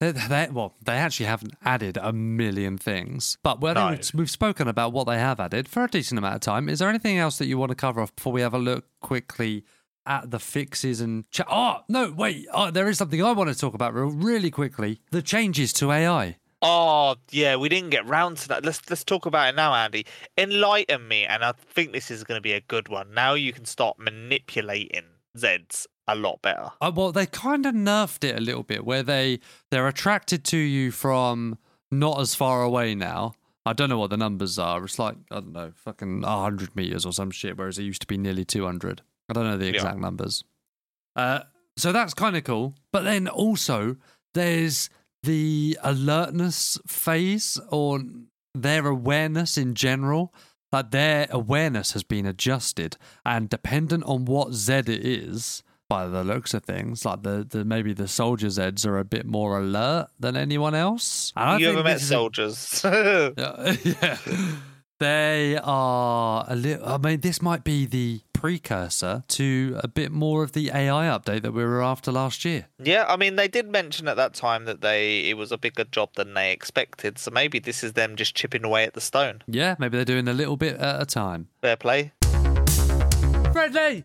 They, they, well, they actually haven't added a million things, but well, I think
No.
we've, we've spoken about what they have added for a decent amount of time. Is there anything else that you want to cover off before we have a look quickly at the fixes and? Cha- oh no, wait! Oh, there is something I want to talk about real, really quickly: the changes to AI.
Oh yeah, we didn't get round to that. Let's let's talk about it now, Andy. Enlighten me, and I think this is going to be a good one. Now you can start manipulating Zeds a lot better.
Uh, well, they kind of nerfed it a little bit, where they they're attracted to you from not as far away now. I don't know what the numbers are. It's like I don't know, fucking hundred meters or some shit, whereas it used to be nearly two hundred. I don't know the
Yeah.
exact numbers. Uh, so that's kind of cool. But then also there's the alertness phase or their awareness in general. Like their awareness has been adjusted and dependent on what Z it is, by the looks of things, like the, the maybe the soldier Zeds are a bit more alert than anyone else. And I
you
think
ever met
this is a-
soldiers? yeah,
yeah. yeah. They are a little. I mean, this might be the precursor to a bit more of the AI update that we were after last year.
I mean they did mention at that time that they it was a bigger job than they expected, so maybe this is them just chipping away at the stone.
Yeah, maybe they're doing a little bit at a time.
Fair play.
Bradley!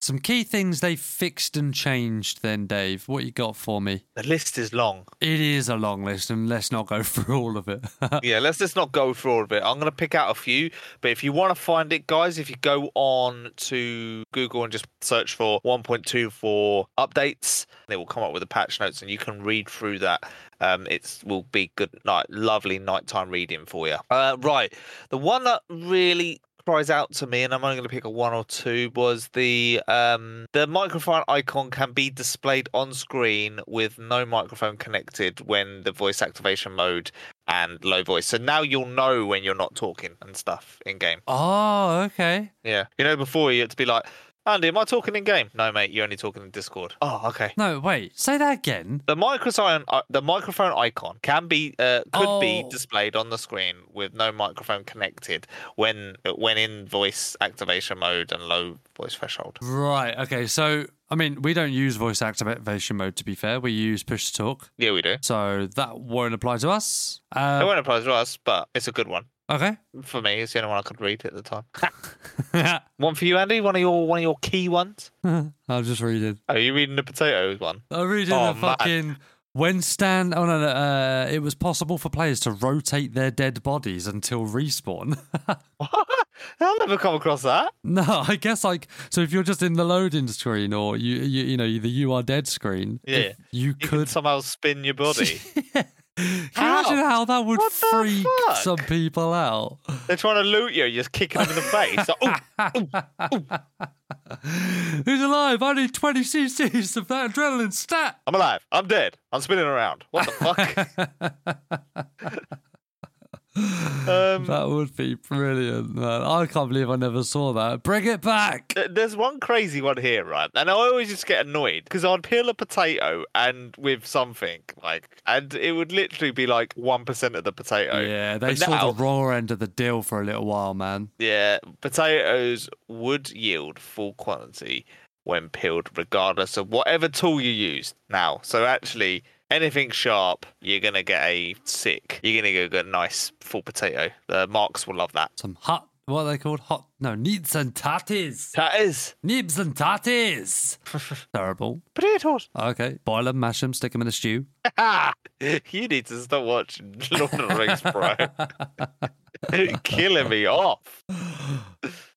Some key things they fixed and changed then, Dave. What you got for me?
The list is long.
It is a long list, and let's not go through all of it.
Yeah, let's just not go through all of it. I'm going to pick out a few, but if you want to find it, guys, if you go on to Google and just search for 1.24 updates, it will come up with the patch notes and you can read through that. Um, it will be good night, lovely nighttime reading for you. Uh, right. The one that really cries out to me, and I'm only going to pick a one or two, was the um, the microphone icon can be displayed on screen with no microphone connected when the voice activation mode and low voice. So now you'll know when you're not talking and stuff in game.
oh, okay.
Yeah, you know before you had to be like, Andy, am I talking in game? No, mate, you're only talking in Discord. Oh, okay.
No, wait. Say that again.
The microphone, uh, the microphone icon can be uh, could be
Oh.
displayed on the screen with no microphone connected when when in voice activation mode and low voice threshold.
Right. Okay. So, I mean, we don't use voice activation mode. To be fair, we use push to talk,
Yeah, we do.
so that won't apply to us.
It
Uh,
won't apply to us, but it's a good one
okay.
for me. It's the only one I could read at the time. one for you, Andy. One of your one of your key ones.
I'm just reading.
Oh, you reading the potatoes one?
I'm reading
Oh,
the
man.
fucking. When Stan, oh no, no uh, it was possible for players to rotate their dead bodies until respawn.
I'll never come across that.
no, I guess like so if you're just in the loading screen or you you, you know the you are dead screen, if you
You could
could.
somehow spin your body.
Can you imagine how that would
What the
freak
fuck?
some people out?
They're trying to loot you. You're just kicking them in the face. Like, "Ooh,
Who's alive? I need 20 cc's of that adrenaline stat.
I'm alive. I'm dead. I'm spinning around. What the fuck? um,
That would be brilliant, man. I can't believe I never saw that. Bring it back.
th- there's one crazy one here, right? And I always just get annoyed because I'd peel a potato and with something like, and it would literally be like one percent of the potato.
Yeah, they
But
saw
now-
the raw end of the deal for a little while, man.
Yeah, potatoes would yield full quantity when peeled, regardless of whatever tool you use now. So actually, anything sharp, you're gonna get a sick. You're gonna go get a nice full potato. The marks will love that.
Some hot, what are they called? Hot, no, neeps and tatties.
That is
Nibs and tatties. Terrible.
potatoes.
Okay, boil them, mash them, stick them in a stew.
Ah, you need to stop watching Lord of the Rings, bro. You're Killing me off.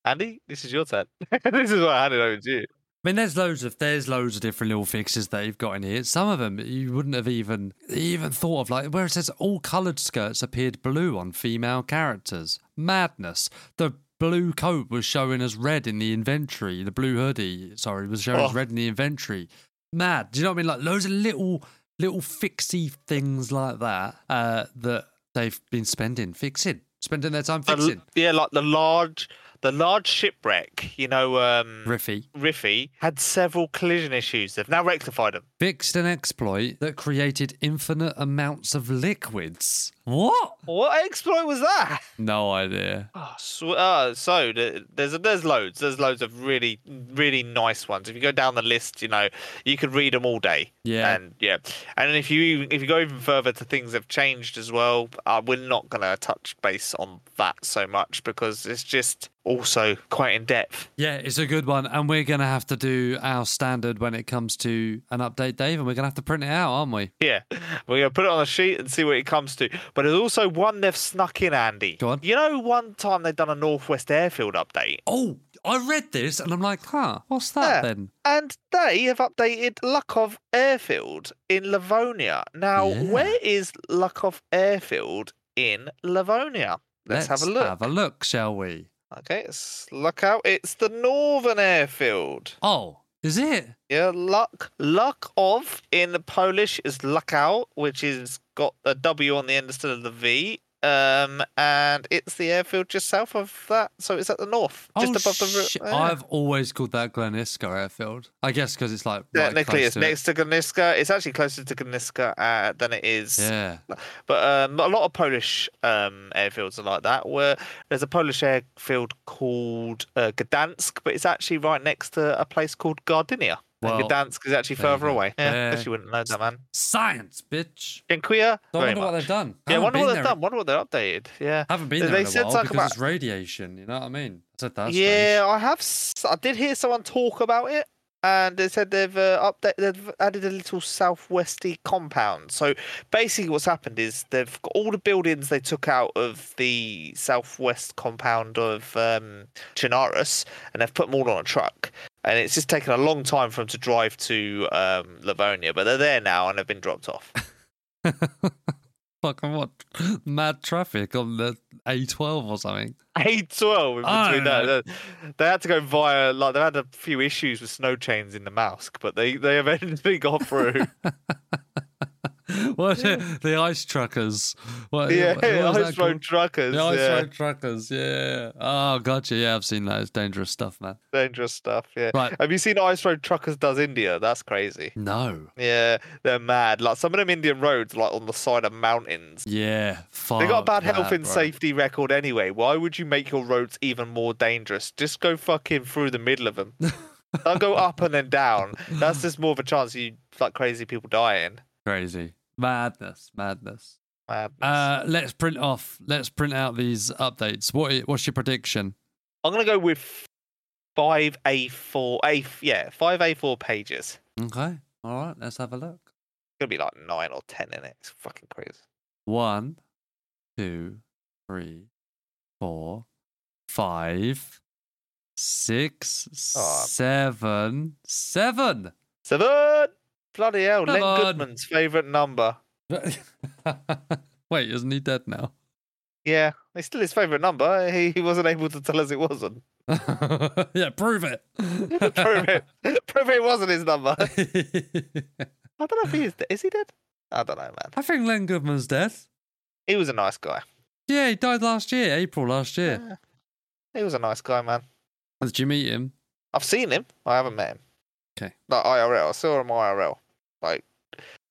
Andy, this is your turn. this is what I handed over to you.
I mean, there's loads of there's loads of different little fixes that you've got in here. Some of them you wouldn't have even even thought of, like where it says all coloured skirts appeared blue on female characters. Madness. The blue coat was showing as red in the inventory. The blue hoodie, sorry, was showing as
Oh.
red in the inventory. Mad. Do you know what I mean? Like loads of little little fixy things like that uh, that they've been spending fixing, spending their time
The l-
fixing.
yeah, like the large, the large shipwreck. You know, um,
Riffy.
Riffy had several collision issues. They've now rectified them.
fixed an exploit that created infinite amounts of liquids. What?
What exploit was that?
No idea.
Oh, sw- uh, so th- there's there's loads. There's loads of really really nice ones. If you go down the list, you know you could read them all day.
Yeah.
And yeah, and if you even- if you go even further to things have changed as well, uh, we're not gonna touch base on that so much because it's just also quite in depth.
Yeah, it's a good one. And we're going to have to do our standard when it comes to an update, Dave, and we're going to have to print it out, aren't we?
Yeah, we're gonna put it on a sheet and see what it comes to. But there's also one they've snuck in, Andy.
Go on.
You know, one time they've done a Northwest Airfield update.
Oh, I read this and I'm like, huh, what's that
Yeah.
then?
And they have updated Lukov Airfield in Livonia. Now,
Yeah.
where is Lukov Airfield in Livonia? Let's, have a look.
Have a look, shall we?
Okay, let's look out. It's the Northern Airfield.
Oh, is it?
Yeah, luck. Luck of in Polish is Lukow, which is got a W on the end instead of the V. Um, and it's the airfield just south of that, so it's at the north, just
oh,
above the. ri-
shit,
yeah.
I've always called that Glen Iskar Airfield. I guess because it's like right
Technically,
close
it's
to it.
next to Gniska. It's actually closer to Gniska uh, than it is.
Yeah.
But um, a lot of Polish um, airfields are like that. Where there's a Polish airfield called uh, Gdansk, but it's actually right next to a place called Gardinia.
Well,
and Gdansk is actually
there you
further
go.
away. Yeah,
Yeah.
guess you wouldn't know that, man.
Science, bitch.
Dziękuję.
So I
very
wonder what
much.
they've done.
Yeah, wonder
Haven't
what
been
they've
there-
done. Wonder what they're updated. Yeah.
Haven't been
They-
there
they
in a
said
while
something
because
about-
it's radiation. You know what I mean? I said that's
yeah, I have. s- I did hear someone talk about it, and they said they've uh, updated. They've added a little southwesty compound. So basically, what's happened is they've got all the buildings they took out of the southwest compound of um, Chinaris, and they've put them all on a truck. And it's just taken a long time for them to drive to um, Livonia, but they're there now and they've been dropped off.
Fucking what? Mad traffic on the A12 or something.
A twelve in
I
between
don't
that. They- They had to go via like they had a few issues with snow chains in the mask, but they they eventually got through.
What the ice truckers? What,
yeah,
what was that
ice road
called?
truckers.
The ice
yeah,
road truckers. Yeah. Oh, gotcha. Yeah, I've seen that. It's dangerous stuff, man.
dangerous stuff. Yeah.
Right.
Have you seen ice road truckers does India? That's crazy.
No.
Yeah, they're mad. Like some of them Indian roads, like on the side of mountains.
Yeah. Fuck
They got a bad
that,
health and
Oh, bro.
safety record anyway. Why would you make your roads even more dangerous? Just go fucking through the middle of them. Don't go up and then down. That's just more of a chance you like crazy people dying.
Crazy. Madness. Madness.
Madness.
Uh, let's print off. Let's print out these updates. What? i- What's your prediction?
I'm gonna go with five A4, A yeah, five A4 pages.
Okay. All right. Let's have a look.
It's gonna be like nine or ten in it. It's fucking crazy.
One, two, three, four, five, six,
Oh.
seven, seven.
Seven. Bloody hell,
Come
Len
on.
Goodman's favorite number.
Wait, isn't he dead now?
Yeah, it's still his favorite number. He, he wasn't able to tell us it wasn't.
yeah, prove it.
Prove it. Prove it wasn't his number. I
I
don't know if he is. Is he dead? I don't know, man.
think Len Goodman's dead.
He was a nice guy.
Yeah, he died last year, April last year.
He was a nice guy, man.
Did you meet him?
I've seen him. I haven't met him.
'Kay.
Like IRL. I saw him IRL. Like,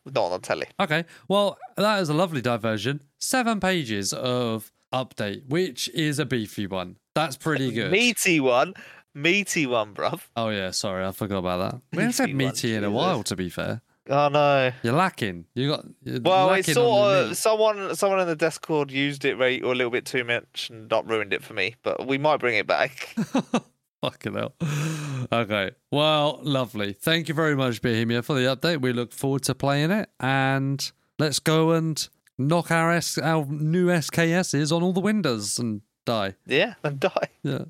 not on the telly.
Okay. Well, that is a lovely diversion. Seven pages of update, which is a beefy one. That's pretty good.
Meaty one. Meaty one, bruv.
Oh yeah, sorry, I forgot about that. We haven't said
Meaty one,
meaty in a
Jesus.
while, to be fair.
Oh no.
You're lacking. You got you're
Well,
lacking
it's
on
sort
the
of
meat.
someone someone in the Discord used it right or a little bit too much and not ruined it for me, but we might bring it back.
Fucking hell. Okay. Well, lovely. Thank you very much, Bohemia, for the update. We look forward to playing it. And let's go and knock our S- our new SKSs on all the windows and die.
yeah, and die.
Yeah.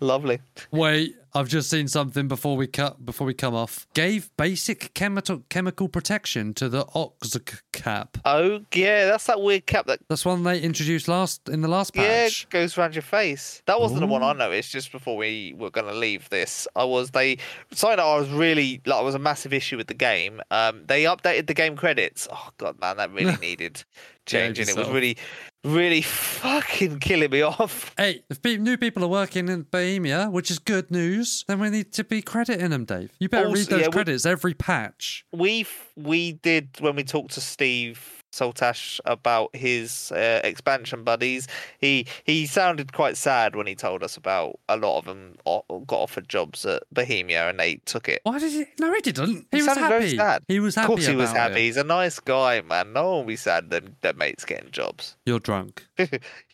Lovely.
Wait, I've just seen something before we cut before we come off. Gave basic chemical chemical protection to the Oxc cap.
Oh yeah, that's that weird cap that
That's one they introduced last in the last
yeah
patch.
goes around your face. That wasn't the one I noticed just before we were gonna leave this. I was they something that I was really like was a massive issue with the game. Um, they updated the game credits. Oh god, man, that really needed changing. it was
yourself.
really, really fucking killing me off.
Hey, if pe- new people are working in Bohemia, which is good news, then we need to be crediting them, Dave. You better
Also-
read those
yeah, we-
credits every patch.
we f- we did when we talked to Steve Soltash about his uh, expansion buddies. He he sounded quite sad when he told us about a lot of them o- got offered jobs at Bohemia and they took it.
Why did he? No, he didn't. He,
He
was
sounded very
happy.
sad.
He was
Of
happy.
course, he was
about
happy.
it.
He's a nice guy, man. No one will be sad that their mates getting jobs.
You're drunk.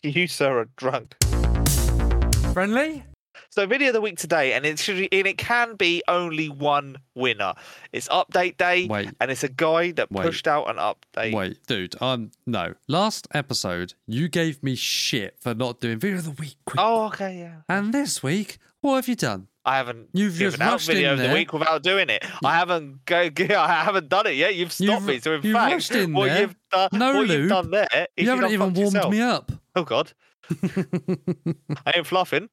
you sir are drunk.
Friendly?
So video of the week today, and it should and it can be only one winner. It's update day,
Wait.
and it's a guy that
Wait.
pushed out an update.
Wait, dude. Um, no. Last episode, you gave me shit for not doing video of the week. Quick.
Oh, okay, yeah.
And this week, what have you done?
I haven't
You've
given
just
out
rushed in
video of the
there.
week without doing it. I haven't go. I haven't done it yet. You've stopped
You've-
me. So in
you've
fact,
rushed in
what
there.
you've done,
No
what
lube.
you've done there, is
you haven't
done
even
fucked
warmed
yourself.
me up.
Oh God, I ain't fluffing.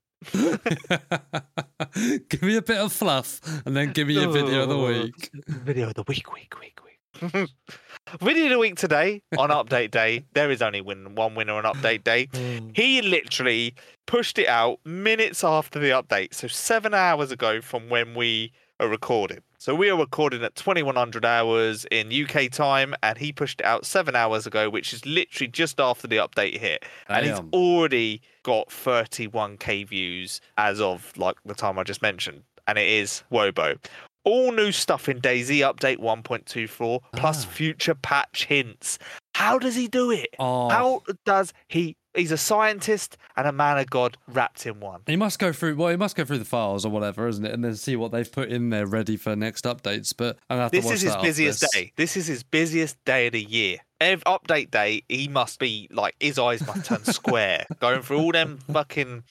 give me a bit of fluff and then give me a video of the week.
Video of the week, week, week, week. Video of the week today on update day. There is only win- one winner on update day. He literally pushed it out minutes after the update, so seven hours ago from when we are recording. So we are recording at 2100 hours in UK time, and he pushed it out seven hours ago, which is literally just after the update hit. And he's
Damn.
already got 31k views as of like the time I just mentioned, and it is Wobo. All new stuff in Daisy update 1.24 plus
Ah.
future patch hints. How does he do it?
Oh,
How does he? He's a scientist and a man of God wrapped in one.
He must go through. Well, he must go through the files or whatever, isn't it? And then see what they've put in there ready for next updates. But I have to
This
watch
is his
that after
busiest
this.
day. This is his busiest day of the year. Every update day, he must be like his eyes must turn square, going through all them fucking,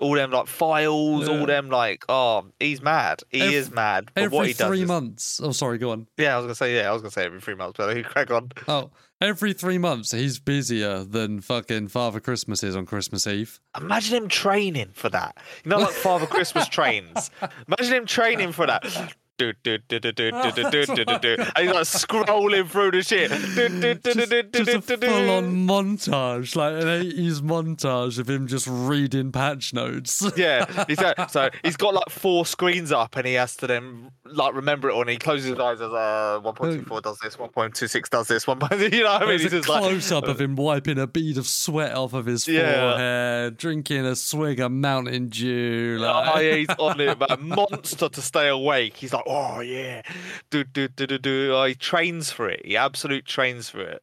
all them like files,
Yeah.
all them like, oh, he's mad. He
Ev-
is mad. But
Every
what he does,
three
is-
months. Oh, sorry. Go on.
yeah, I was gonna say, yeah, I was gonna say every three months, but you crack on.
Oh, every three months he's busier than fucking Father Christmas is on Christmas Eve.
Imagine him training for that. You know, like Father Christmas trains. Imagine him training for that. Do, do, do, do, do, do, do, do, do, do, do. And he's like scrolling through the shit. Do, do, do, do, do,
Just,
do,
just a
do, do.
full-on montage, like an eighties montage of him just reading patch notes.
Yeah, he's like, so he's got like four screens up, and he has to then like remember it all. And he closes his eyes as uh, 1.24 does this, 1.26 does this, 1. You know what I mean?
There's
He's
a
just like,
close up of him wiping a bead of sweat off of his
Yeah.
forehead, drinking a swig of Mountain Dew.
Oh,
Like,
yeah, he's on it, but a monster to stay awake. He's like, oh yeah, do do do do do. Oh, he trains for it. He absolute trains for it.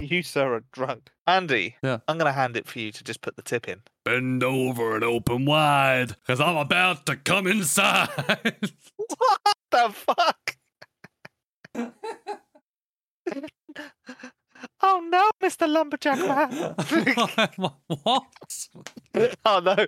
You sir are drunk, Andy.
Yeah.
I'm gonna hand it for you to just put the tip in.
Bend over and open wide, because I'm about to come inside.
What the fuck? oh no, Mister Lumberjack man.
Oh, what?
oh no,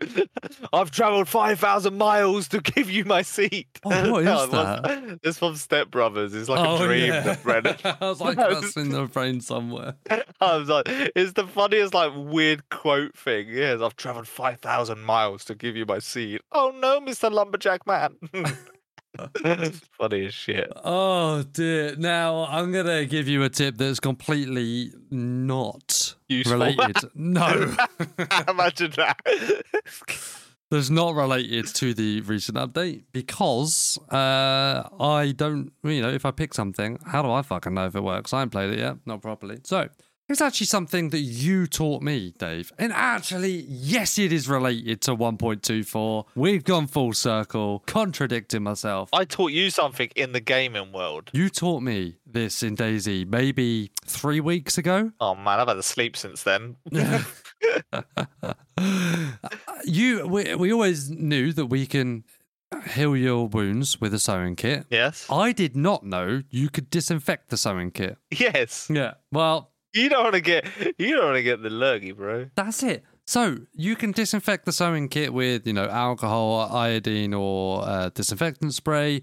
I've travelled five thousand miles to give you my seat.
Oh, what is Oh,
No, it wasn't. It's from Step Brothers. It's like a dream that Brennan
I was like,
No,
that's in the brain somewhere.
I was like, it's the funniest, like, weird quote thing. Yes, I've traveled 5,000 miles to give you my seed. Oh no, Mr. Lumberjack Man. funny as shit.
Oh dear. Now I'm gonna give you a tip that's completely not
Useful.
related. No.
Imagine that.
that's not related to the recent update because uh, I don't, you know, if I pick something, how do I fucking know if it works? I ain't played it yet, not properly. So it's actually something that you taught me, Dave. And actually, yes, it is related to 1.24. We've gone full circle, contradicting myself.
I taught you something in the gaming world.
You taught me this in Daisy maybe three weeks ago.
Oh man, I've had a sleep since then.
You, we, we always knew that we can heal your wounds with a sewing kit.
yes.
I did not know you could disinfect the sewing kit.
Yes.
Yeah. Well,
You don't want to get you don't want to get the lurgy, bro.
that's it. So you can disinfect the sewing kit with, you know, alcohol, iodine, or uh, disinfectant spray.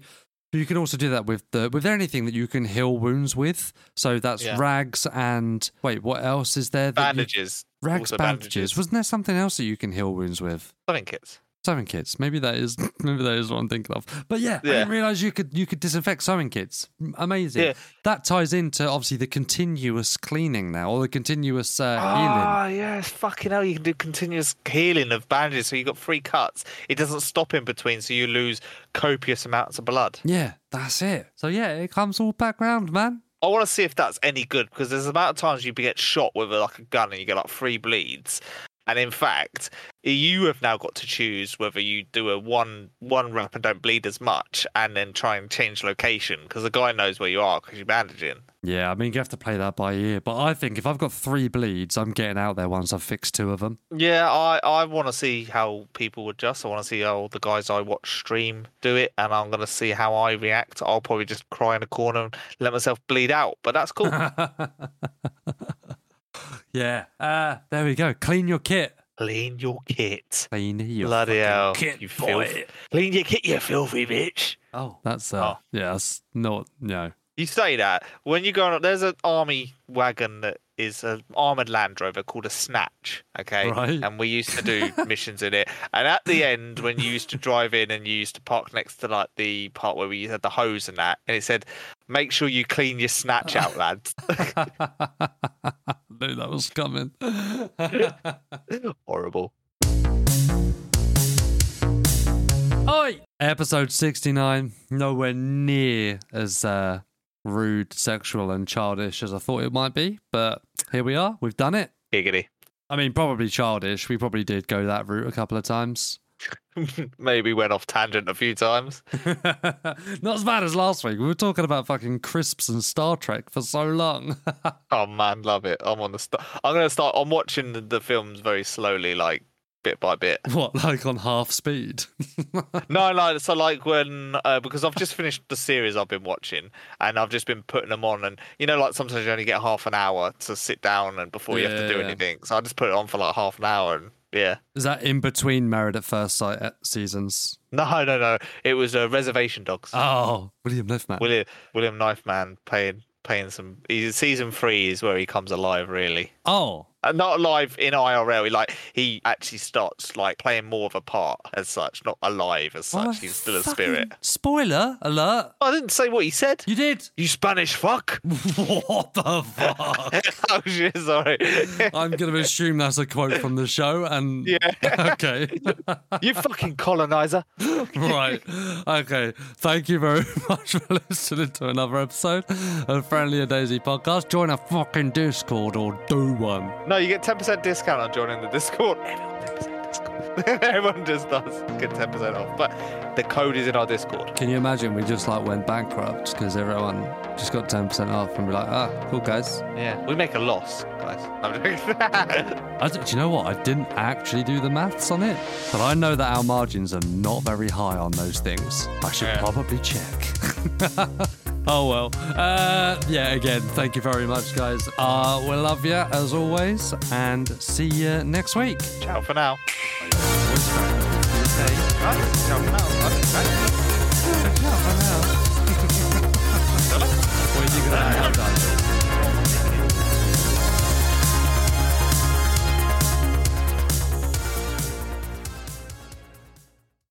You can also do that with the with anything that you can heal wounds with. So that's
Yeah.
rags and wait, what else is there? That you-
Bandages.
rags,
also
bandages.
bandages.
Wasn't there something else that you can heal wounds with?
Sewing kits.
Sewing kits. Maybe that is maybe that is what I'm thinking of. But yeah, I
Yeah.
didn't realize you could you could disinfect sewing kits. M- Amazing.
Yeah.
That ties into obviously the continuous cleaning now, or the continuous uh, healing.
Ah, yes, fucking hell! You can do continuous healing of bandages, so you got three cuts. It doesn't stop in between, so you lose copious amounts of blood.
Yeah, that's it. So yeah, it comes all back round, man.
I want to see if that's any good because there's the amount of times you get shot with uh, like a gun and you get like three bleeds. And in fact, you have now got to choose whether you do a one one wrap and don't bleed as much, and then try and change location because the guy knows where you are because you're bandaging.
Yeah, I mean, you have to play that by ear. But I think if I've got three bleeds, I'm getting out there once I've fixed two of them.
Yeah, I, I want to see how people adjust. I want to see how the guys I watch stream do it, and I'm going to see how I react. I'll probably just cry in a corner and let myself bleed out, but that's cool.
yeah, uh, there we go. Clean your kit.
Clean your kit.
Clean your
Bloody hell.
kit,
you
boy.
filth- Clean your kit, you filthy bitch.
Oh, that's uh,
Oh.
yeah, that's not no.
You say that when you're going up. There's an army wagon that is an armored Land Rover called a Snatch. Okay,
Right.
and we used to do missions in it. And at the end, when you used to drive in and you used to park next to like the part where we had the hose and that, and it said, "Make sure you clean your snatch out, lads."
Knew that was coming.
Horrible.
Oi! Episode 69, nowhere near as uh, rude, sexual, and childish as I thought it might be, but here we are. We've done it.
Giggity.
I mean, probably childish. We probably did go that route a couple of times.
Maybe went off tangent a few times.
Not as bad as last week. We were talking about fucking crisps and Star Trek for so long.
Oh man, love it. I'm on the. St- I'm gonna start. I'm watching the, the films very slowly, like bit by bit.
what, like on half speed?
No, no. So like when uh, because I've just finished the series I've been watching, and I've just been putting them on, and you know, like sometimes you only get half an hour to sit down and before you have to
Yeah,
do
yeah.
anything. So I just put it on for like half an hour, and yeah.
Is that in between Married at First Sight uh, seasons?
No, no, no. It was uh, Reservation Dogs.
Oh, William Liffman.
William William Knife Man playing playing some. He's, season three is where he comes alive, really.
oh,
Uh, not alive in IRL. He, like he actually starts like playing more of a part as such, not alive as such.
what
He's still a
fucking-
spirit.
Spoiler alert.
I didn't say what he said.
You did.
You Spanish fuck.
What the fuck?
oh shit, sorry.
I'm going to assume that's a quote from the show. And
Yeah.
okay,
you fucking colonizer.
right, okay. Thank you very much for listening to another episode of Friendly and Daisy podcast. Join a fucking Discord or do one.
No, you get 10% discount on joining the Discord. Everyone 10% discount. Everyone just does get 10% off. But the code is in our Discord.
Can you imagine? We just like went bankrupt because everyone just got ten percent off and we're like, ah, cool guys.
Yeah. We make a loss, guys. I'm joking.
I d do you know what? I didn't actually do the maths on it, but I know that our margins are not very high on those things. I should
Yeah.
probably check. oh well. Uh, yeah, again, thank you very much, guys. Uh, we love you as always, and see you next week.
Ciao for now. Right, Ciao for now. Right, right.
Ciao for now.